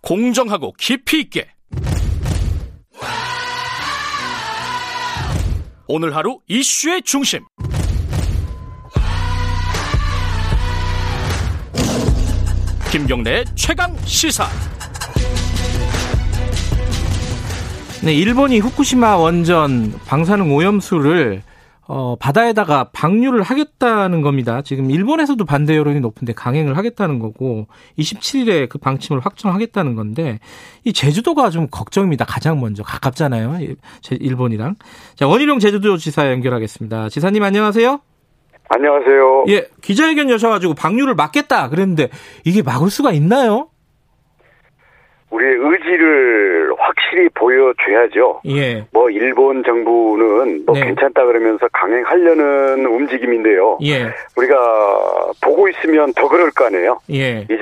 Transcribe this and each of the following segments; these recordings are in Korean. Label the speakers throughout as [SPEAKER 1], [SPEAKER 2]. [SPEAKER 1] 공정하고 깊이 있게 오늘 하루 이슈의 중심 김경래의 최강 시사
[SPEAKER 2] 네, 일본이 후쿠시마 원전 방사능 오염수를 어, 바다에다가 방류를 하겠다는 겁니다. 지금 일본에서도 반대 여론이 높은데 강행을 하겠다는 거고 27일에 그 방침을 확정하겠다는 건데 이 제주도가 좀 걱정입니다. 가장 먼저 가깝잖아요. 이- 제- 일본이랑. 자, 원희룡 제주도지사 연결하겠습니다. 지사님 안녕하세요.
[SPEAKER 3] 안녕하세요.
[SPEAKER 2] 예, 기자회견 여셔가지고 방류를 막겠다 그랬는데 이게 막을 수가 있나요?
[SPEAKER 3] 우리의 의지를 확실히 보여줘야죠.
[SPEAKER 2] 예,
[SPEAKER 3] 뭐 일본 정부는 뭐
[SPEAKER 2] 네.
[SPEAKER 3] 괜찮다 그러면서 강행하려는 움직임인데요.
[SPEAKER 2] 예,
[SPEAKER 3] 우리가 보고 있으면 더 그럴 거 아니에요.
[SPEAKER 2] 예.
[SPEAKER 3] 이제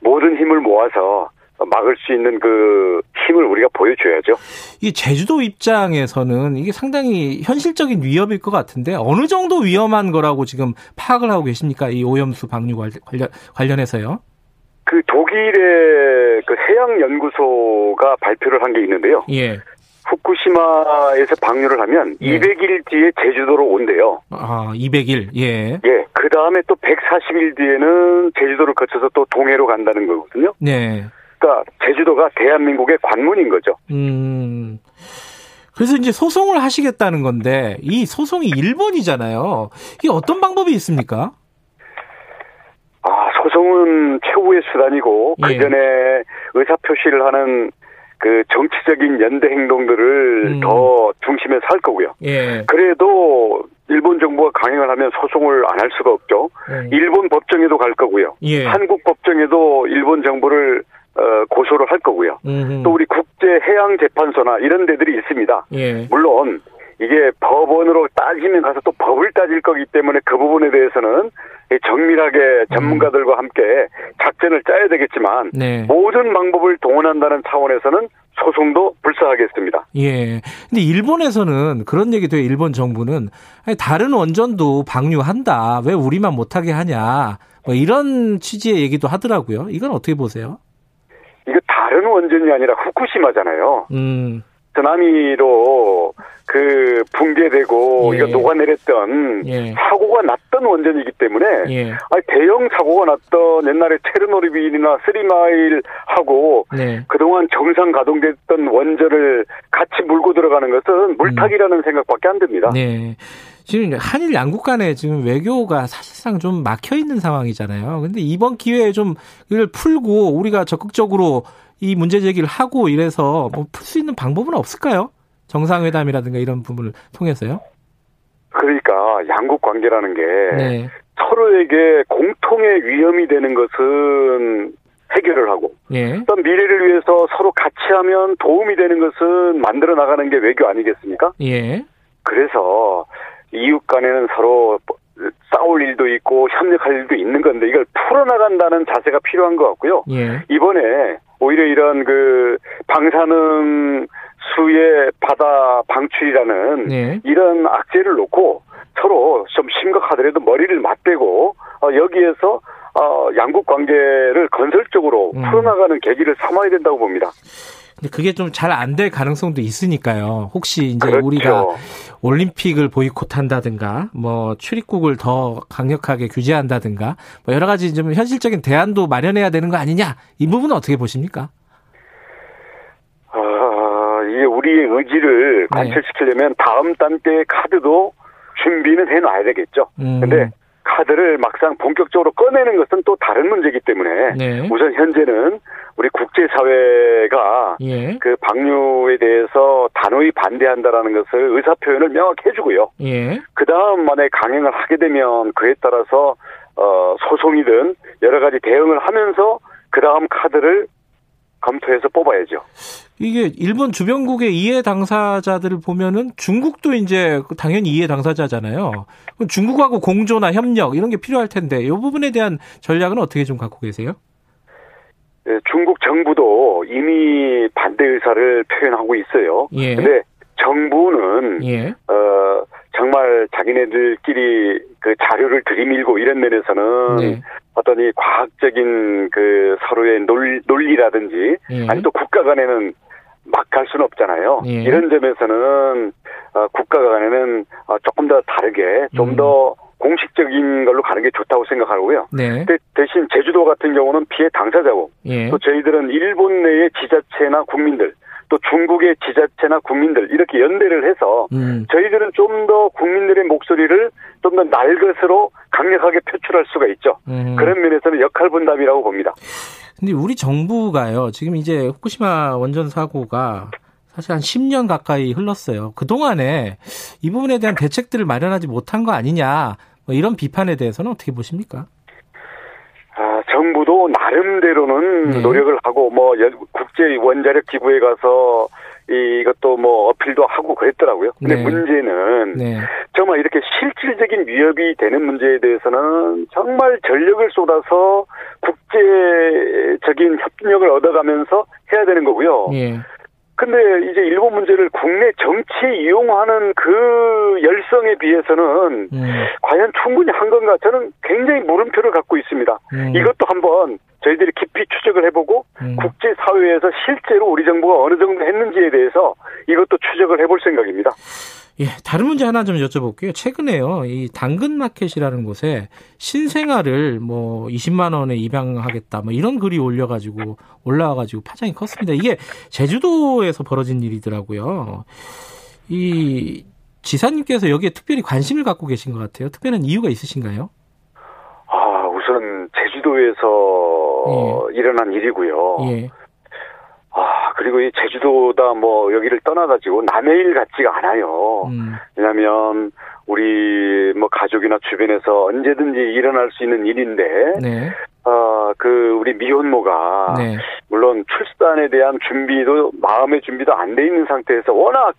[SPEAKER 3] 모든 힘을 모아서 막을 수 있는 그 힘을 우리가 보여줘야죠.
[SPEAKER 2] 이 제주도 입장에서는 이게 상당히 현실적인 위협일 것 같은데 어느 정도 위험한 거라고 지금 파악을 하고 계십니까? 이 오염수 방류 관련- 관련 관련해서요.
[SPEAKER 3] 그 독일의 그 해양 연구소가 발표를 한 게 있는데요.
[SPEAKER 2] 예.
[SPEAKER 3] 후쿠시마에서 방류를 하면
[SPEAKER 2] 네.
[SPEAKER 3] 200일 뒤에 제주도로 온대요.
[SPEAKER 2] 아, 200일. 예.
[SPEAKER 3] 예, 그 다음에 또 140일 뒤에는 제주도를 거쳐서 또 동해로 간다는 거거든요.
[SPEAKER 2] 네.
[SPEAKER 3] 그러니까 제주도가 대한민국의 관문인 거죠.
[SPEAKER 2] 음. 그래서 이제 소송을 하시겠다는 건데 이 소송이 일본이잖아요. 이게 어떤 방법이 있습니까?
[SPEAKER 3] 아, 소송은 최후의 수단이고,
[SPEAKER 2] 예.
[SPEAKER 3] 그 전에 의사표시를 하는 그 정치적인 연대 행동들을
[SPEAKER 2] 음.
[SPEAKER 3] 더 중심에서 할 거고요.
[SPEAKER 2] 예.
[SPEAKER 3] 그래도 일본 정부가 강행을 하면 소송을 안 할 수가 없죠. 일본 법정에도 갈 거고요.
[SPEAKER 2] 음. 예.
[SPEAKER 3] 한국 법정에도 일본 정부를 어, 고소를 할 거고요.
[SPEAKER 2] 음.
[SPEAKER 3] 또 우리 국제해양재판소나 이런 데들이 있습니다.
[SPEAKER 2] 예.
[SPEAKER 3] 물론 이게 법원으로 따지면 가서 또 법을 따질 거기 때문에 그 부분에 대해서는 정밀하게 전문가들과 함께 작전을 짜야 되겠지만
[SPEAKER 2] 음. 네.
[SPEAKER 3] 모든 방법을 동원한다는 차원에서는 소송도 불사하겠습니다.
[SPEAKER 2] 예. 근데 일본에서는 그런 얘기도 해요. 일본 정부는 아니, 다른 원전도 방류한다. 왜 우리만 못하게 하냐. 뭐 이런 취지의 얘기도 하더라고요. 이건 어떻게 보세요?
[SPEAKER 3] 이거 다른 원전이 아니라 후쿠시마잖아요.
[SPEAKER 2] 음,
[SPEAKER 3] 쓰나미로 그 붕괴되고
[SPEAKER 2] 예.
[SPEAKER 3] 이거 녹아내렸던
[SPEAKER 2] 예.
[SPEAKER 3] 사고가 났던 원전이기 때문에
[SPEAKER 2] 예.
[SPEAKER 3] 아니, 대형 사고가 났던 옛날에 체르노르빌이나 쓰리마일하고
[SPEAKER 2] 네.
[SPEAKER 3] 그동안 정상 가동됐던 원전을 같이 물고 들어가는 것은 물타기라는 생각밖에 안 듭니다.
[SPEAKER 2] 음. 네. 지금 한일 양국 간에 지금 외교가 사실상 좀 막혀 있는 상황이잖아요. 근데 이번 기회에 좀 이걸 풀고 우리가 적극적으로 이 문제 제기를 하고 이래서 뭐 풀 수 있는 방법은 없을까요? 정상회담이라든가 이런 부분을 통해서요.
[SPEAKER 3] 그러니까 양국 관계라는 게
[SPEAKER 2] 네.
[SPEAKER 3] 서로에게 공통의 위험이 되는 것은 해결을 하고
[SPEAKER 2] 예.
[SPEAKER 3] 어떤 미래를 위해서 서로 같이 하면 도움이 되는 것은 만들어 나가는 게 외교 아니겠습니까?
[SPEAKER 2] 예.
[SPEAKER 3] 그래서 이웃 간에는 서로 싸울 일도 있고 협력할 일도 있는 건데 이걸 풀어나간다는 자세가 필요한 것 같고요.
[SPEAKER 2] 예.
[SPEAKER 3] 이번에 오히려 이런 그 방사능 수의 바다 방출이라는
[SPEAKER 2] 네.
[SPEAKER 3] 이런 악재를 놓고 서로 좀 심각하더라도 머리를 맞대고 어, 여기에서 어, 양국 관계를 건설적으로
[SPEAKER 2] 음.
[SPEAKER 3] 풀어나가는 계기를 삼아야 된다고 봅니다.
[SPEAKER 2] 근데 그게 좀 잘 안 될 가능성도 있으니까요. 혹시 이제
[SPEAKER 3] 그렇죠.
[SPEAKER 2] 우리가 올림픽을 보이콧한다든가, 뭐 출입국을 더 강력하게 규제한다든가, 뭐 여러 가지 좀 현실적인 대안도 마련해야 되는 거 아니냐? 이 부분은 어떻게 보십니까?
[SPEAKER 3] 아, 이게 우리의
[SPEAKER 2] 네.
[SPEAKER 3] 의지를 관철시키려면 다음 단계의 카드도 준비는 해놔야 되겠죠.
[SPEAKER 2] 음.
[SPEAKER 3] 근데 카드를 막상 본격적으로 꺼내는 것은 또 다른 문제이기 때문에
[SPEAKER 2] 네.
[SPEAKER 3] 우선 현재는 우리 국제사회가
[SPEAKER 2] 예.
[SPEAKER 3] 그 방류에 대해서 단호히 반대한다라는 것을 의사 표현을 명확히 해주고요.
[SPEAKER 2] 예.
[SPEAKER 3] 그 다음 만에 강행을 하게 되면 그에 따라서 어, 소송이든 여러 가지 대응을 하면서 그 다음 카드를 검토해서 뽑아야죠.
[SPEAKER 2] 이게 일본 주변국의 이해 당사자들을 보면은 중국도 이제 당연히 이해 당사자잖아요. 그럼 중국하고 공조나 협력 이런 게 필요할 텐데 이 부분에 대한 전략은 어떻게 좀 갖고 계세요?
[SPEAKER 3] 예, 중국 정부도 이미 반대 의사를 표현하고 있어요.
[SPEAKER 2] 예.
[SPEAKER 3] 근데 정부는
[SPEAKER 2] 예.
[SPEAKER 3] 어, 정말 자기네들끼리 그 자료를 들이밀고 이런 면에서는
[SPEAKER 2] 네.
[SPEAKER 3] 어떤 이 과학적인 그 서로의 논, 논리라든지
[SPEAKER 2] 예.
[SPEAKER 3] 아니 또 국가 간에는 막 갈 수는 없잖아요.
[SPEAKER 2] 예.
[SPEAKER 3] 이런 점에서는 어, 국가 간에는 어, 조금 더 다르게
[SPEAKER 2] 음.
[SPEAKER 3] 좀 더 공식적인 걸로 가는 게 좋다고 생각하고요.
[SPEAKER 2] 네.
[SPEAKER 3] 근데 대신 제주도 같은 경우는 피해 당사자고
[SPEAKER 2] 예.
[SPEAKER 3] 또 저희들은 일본 내의 지자체나 국민들 또 중국의 지자체나 국민들 이렇게 연대를 해서
[SPEAKER 2] 음.
[SPEAKER 3] 저희들은 좀 더 국민들의 목소리를 좀 더 날것으로 강력하게 표출할 수가 있죠.
[SPEAKER 2] 음.
[SPEAKER 3] 그런 면에서는 역할 분담이라고 봅니다.
[SPEAKER 2] 근데 우리 정부가요. 지금 이제 후쿠시마 원전 사고가 사실 한 10년 가까이 흘렀어요. 그동안에 이 부분에 대한 대책들을 마련하지 못한 거 아니냐. 뭐 이런 비판에 대해서는 어떻게 보십니까?
[SPEAKER 3] 아, 정부도 나름대로는
[SPEAKER 2] 네.
[SPEAKER 3] 노력을 하고 뭐 연- 국제 원자력 기구에 가서 이- 이것도 뭐 어필도 하고 그랬더라고요. 근데
[SPEAKER 2] 네.
[SPEAKER 3] 문제는
[SPEAKER 2] 네.
[SPEAKER 3] 정말 이렇게 실질적인 위협이 되는 문제에 대해서는 정말 전력을 쏟아서 국제적인 협력을 얻어가면서 해야 되는 거고요.
[SPEAKER 2] 예.
[SPEAKER 3] 근데 이제 일본 문제를 국내 정치에 이용하는 그 열성에 비해서는
[SPEAKER 2] 음.
[SPEAKER 3] 과연 충분히 한 건가 저는 굉장히 물음표를 갖고 있습니다.
[SPEAKER 2] 음.
[SPEAKER 3] 이것도 한번 저희들이 깊이 추적을 해보고
[SPEAKER 2] 음.
[SPEAKER 3] 국제사회에서 실제로 우리 정부가 어느 정도 했는지에 대해서 이것도 추적을 해볼 생각입니다.
[SPEAKER 2] 예, 다른 문제 하나 좀 여쭤볼게요. 최근에요, 이 당근 마켓이라는 곳에 신생아를 뭐 20만 원에 입양하겠다, 뭐 이런 글이 올려가지고 올라와가지고 파장이 컸습니다. 이게 제주도에서 벌어진 일이더라고요. 이 지사님께서 여기에 특별히 관심을 갖고 계신 것 같아요. 특별한 이유가 있으신가요?
[SPEAKER 3] 아, 우선 제주도에서 일어난 일이고요.
[SPEAKER 2] 예,
[SPEAKER 3] 아, 그리고 이 제주도다 뭐 여기를 떠나가지고 남의 일 같지가 않아요.
[SPEAKER 2] 음,
[SPEAKER 3] 왜냐면 우리 뭐 가족이나 주변에서 언제든지 일어날 수 있는 일인데
[SPEAKER 2] 네,
[SPEAKER 3] 아, 그 우리 미혼모가
[SPEAKER 2] 네,
[SPEAKER 3] 물론 출산에 대한 준비도 마음의 준비도 안 돼 있는 상태에서 워낙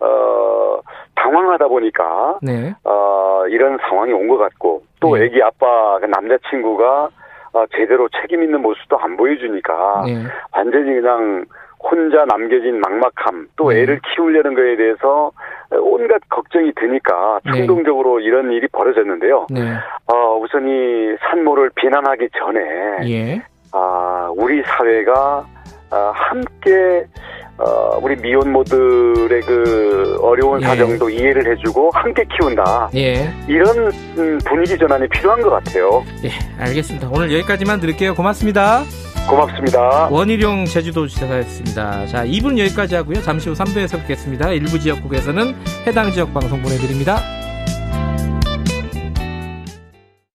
[SPEAKER 3] 어 당황하다 보니까
[SPEAKER 2] 네,
[SPEAKER 3] 어 이런 상황이 온 것 같고 또
[SPEAKER 2] 네.
[SPEAKER 3] 애기 아빠 그 남자친구가 어, 제대로 책임 있는 모습도 안 보여주니까
[SPEAKER 2] 네,
[SPEAKER 3] 완전히 그냥 혼자 남겨진 막막함 또
[SPEAKER 2] 네.
[SPEAKER 3] 애를 키우려는 거에 대해서 온갖 걱정이 드니까
[SPEAKER 2] 네.
[SPEAKER 3] 충동적으로 이런 일이 벌어졌는데요.
[SPEAKER 2] 네,
[SPEAKER 3] 어, 우선 이 산모를 비난하기 전에
[SPEAKER 2] 예,
[SPEAKER 3] 아, 우리 사회가 아, 함께 어, 우리 미혼모들의 그 어려운
[SPEAKER 2] 예.
[SPEAKER 3] 사정도 이해를 해주고 함께 키운다
[SPEAKER 2] 예,
[SPEAKER 3] 이런 음, 분위기 전환이 필요한 것 같아요.
[SPEAKER 2] 예, 알겠습니다. 오늘 여기까지만 드릴게요. 고맙습니다.
[SPEAKER 3] 고맙습니다.
[SPEAKER 2] 원희룡 제주도지사였습니다. 자, 2분 여기까지 하고요. 잠시 후 3부에서 뵙겠습니다. 일부 지역국에서는 해당 지역 방송 보내드립니다.